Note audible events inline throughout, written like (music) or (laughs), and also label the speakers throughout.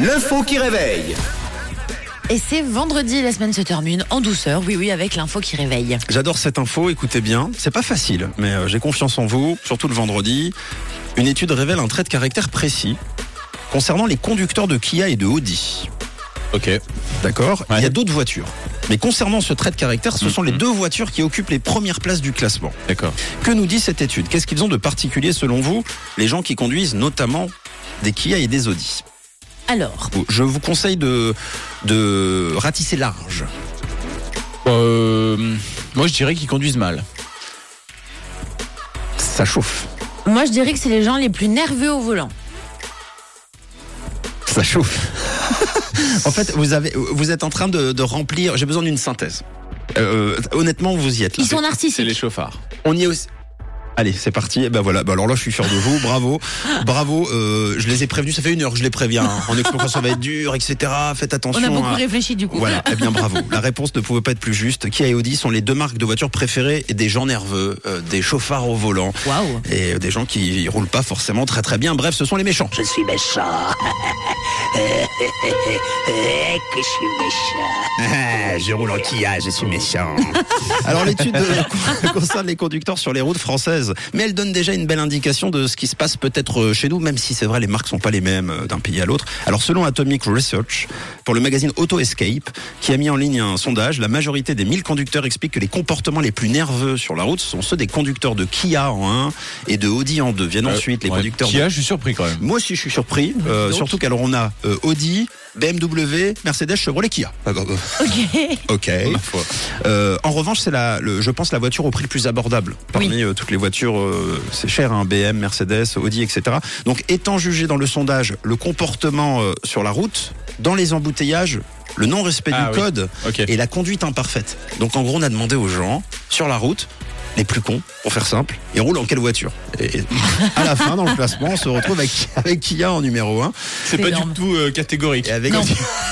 Speaker 1: L'info qui réveille.
Speaker 2: Et c'est vendredi, la semaine se termine en douceur, oui oui, avec l'info qui réveille.
Speaker 3: J'adore cette info, écoutez bien. C'est pas facile, mais euh, j'ai confiance en vous, surtout le vendredi. Une étude révèle un trait de caractère précis concernant les conducteurs de Kia et de Audi.
Speaker 4: Ok.
Speaker 3: D'accord
Speaker 4: Ouais. Mm-hmm.
Speaker 3: Il y a d'autres voitures. Mais concernant ce trait de caractère, ce sont les deux voitures qui occupent les premières places du classement.
Speaker 4: D'accord.
Speaker 3: Que nous dit cette étude Qu'est-ce qu'ils ont de particulier selon vous, les gens qui conduisent notamment des Kia et des Audi
Speaker 2: Alors,
Speaker 3: Je vous conseille de, de ratisser large.
Speaker 4: Euh, moi, je dirais qu'ils conduisent mal.
Speaker 3: Ça chauffe.
Speaker 2: moi je dirais que c'est les gens les plus nerveux au volant.
Speaker 4: (laughs)
Speaker 3: Ça chauffe. en fait, vous, avez, vous êtes en train de, de remplir. J'ai besoin d'une synthèse. Euh, honnêtement, vous y êtes là.
Speaker 2: Ils sont
Speaker 4: C'est les
Speaker 2: narcissiques.
Speaker 4: chauffards.
Speaker 3: On y est aussi. Allez, c'est parti. Et ben voilà. Ben alors là, je suis fier de vous. Bravo, bravo. Euh, je les ai prévenus. Ça fait une heure que je les préviens. hein, En expliquant que ça va être dur, etc. Faites attention.
Speaker 2: On a beaucoup
Speaker 3: à-
Speaker 2: réfléchi du coup.
Speaker 3: Voilà, eh bien bravo. La réponse ne pouvait pas être plus juste. Kia et Audi sont les deux marques de voitures préférées des gens nerveux, euh, des chauffards au volant
Speaker 2: Waouh.
Speaker 3: et euh, des gens qui roulent pas forcément très très bien. Bref, ce sont les méchants.
Speaker 5: Je suis méchant. (laughs) que je suis méchant.
Speaker 3: Ah, je roule en Kia, je suis méchant. Alors l'étude euh, (laughs) concerne les conducteurs sur les routes françaises, mais elle donne déjà une belle indication de ce qui se passe peut-être euh, chez nous, même si c'est vrai les marques sont pas les mêmes euh, d'un pays à l'autre. Alors selon Atomic Research, pour le magazine Auto Escape, qui a mis en ligne un sondage, la majorité des 1000 conducteurs expliquent que les comportements les plus nerveux sur la route sont ceux des conducteurs de Kia en 1 et de Audi en 2. Viennent ensuite
Speaker 4: Euh,
Speaker 3: les
Speaker 4: Ouais.
Speaker 3: conducteurs de
Speaker 4: Kia, je suis surpris quand même.
Speaker 3: moi aussi, je suis surpris. euh,
Speaker 4: donc.
Speaker 3: surtout qu'alors, on a euh, Audi, BMW, Mercedes, Chevrolet, Kia.
Speaker 2: Ok.
Speaker 3: (laughs) Ok. Euh, en revanche, c'est la, le- je pense, la voiture au prix le plus abordable. Parmi euh, toutes les voitures, euh, c'est cher, hein, BM, Mercedes, Audi, etc. Donc, étant jugé dans le sondage le comportement euh, sur la route, dans les embouteillages, le non-respect
Speaker 4: Ah
Speaker 3: du
Speaker 4: oui.
Speaker 3: code
Speaker 4: Ok.
Speaker 3: et la conduite imparfaite. Donc, en gros, on a demandé aux gens sur la route. Les plus cons, pour faire simple, ils roulent en quelle voiture Et et (laughs) à la fin, dans le classement, on se retrouve avec, avec Kia en numéro 1
Speaker 4: C'est
Speaker 2: pas
Speaker 4: pas
Speaker 2: du énorme.
Speaker 4: du tout euh, catégorique.
Speaker 3: et avec
Speaker 2: Non,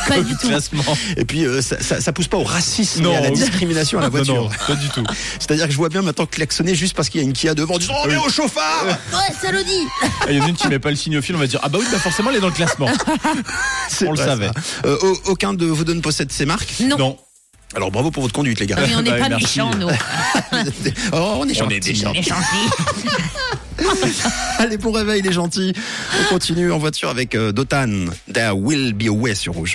Speaker 2: pas du
Speaker 4: (laughs)
Speaker 2: tout.
Speaker 4: classement.
Speaker 3: (laughs) Et puis euh, ça, ça, ça pousse pas au racisme
Speaker 4: Non.
Speaker 3: et à la discrimination à la voiture.
Speaker 4: Non, non, pas du tout.
Speaker 3: (laughs) C'est-à-dire que je vois bien maintenant klaxonner juste parce qu'il y a une Kia devant en disant Oh, mais au chauffard
Speaker 2: Ouais, ça le dit.
Speaker 4: Ah, Il y en a une qui met pas le signe au fil, on va dire Ah bah oui, bah forcément, elle est dans le
Speaker 3: (laughs)
Speaker 4: classement.
Speaker 3: C'est
Speaker 4: On le
Speaker 3: vrai,
Speaker 4: savait.
Speaker 3: ça. Euh, au- aucun de vous deux ne possède ces marques
Speaker 2: Non.
Speaker 4: Non.
Speaker 3: Alors bravo pour votre conduite, les gars.
Speaker 2: Mais on n'est
Speaker 4: Ouais,
Speaker 2: pas
Speaker 4: merci.
Speaker 2: méchants, nous.
Speaker 3: oh, on est
Speaker 4: On
Speaker 3: gentils.
Speaker 4: est des gens.
Speaker 3: (laughs) Allez, bon réveil, les gentils. On continue en voiture avec euh, Dotan. There will be a way sur rouge.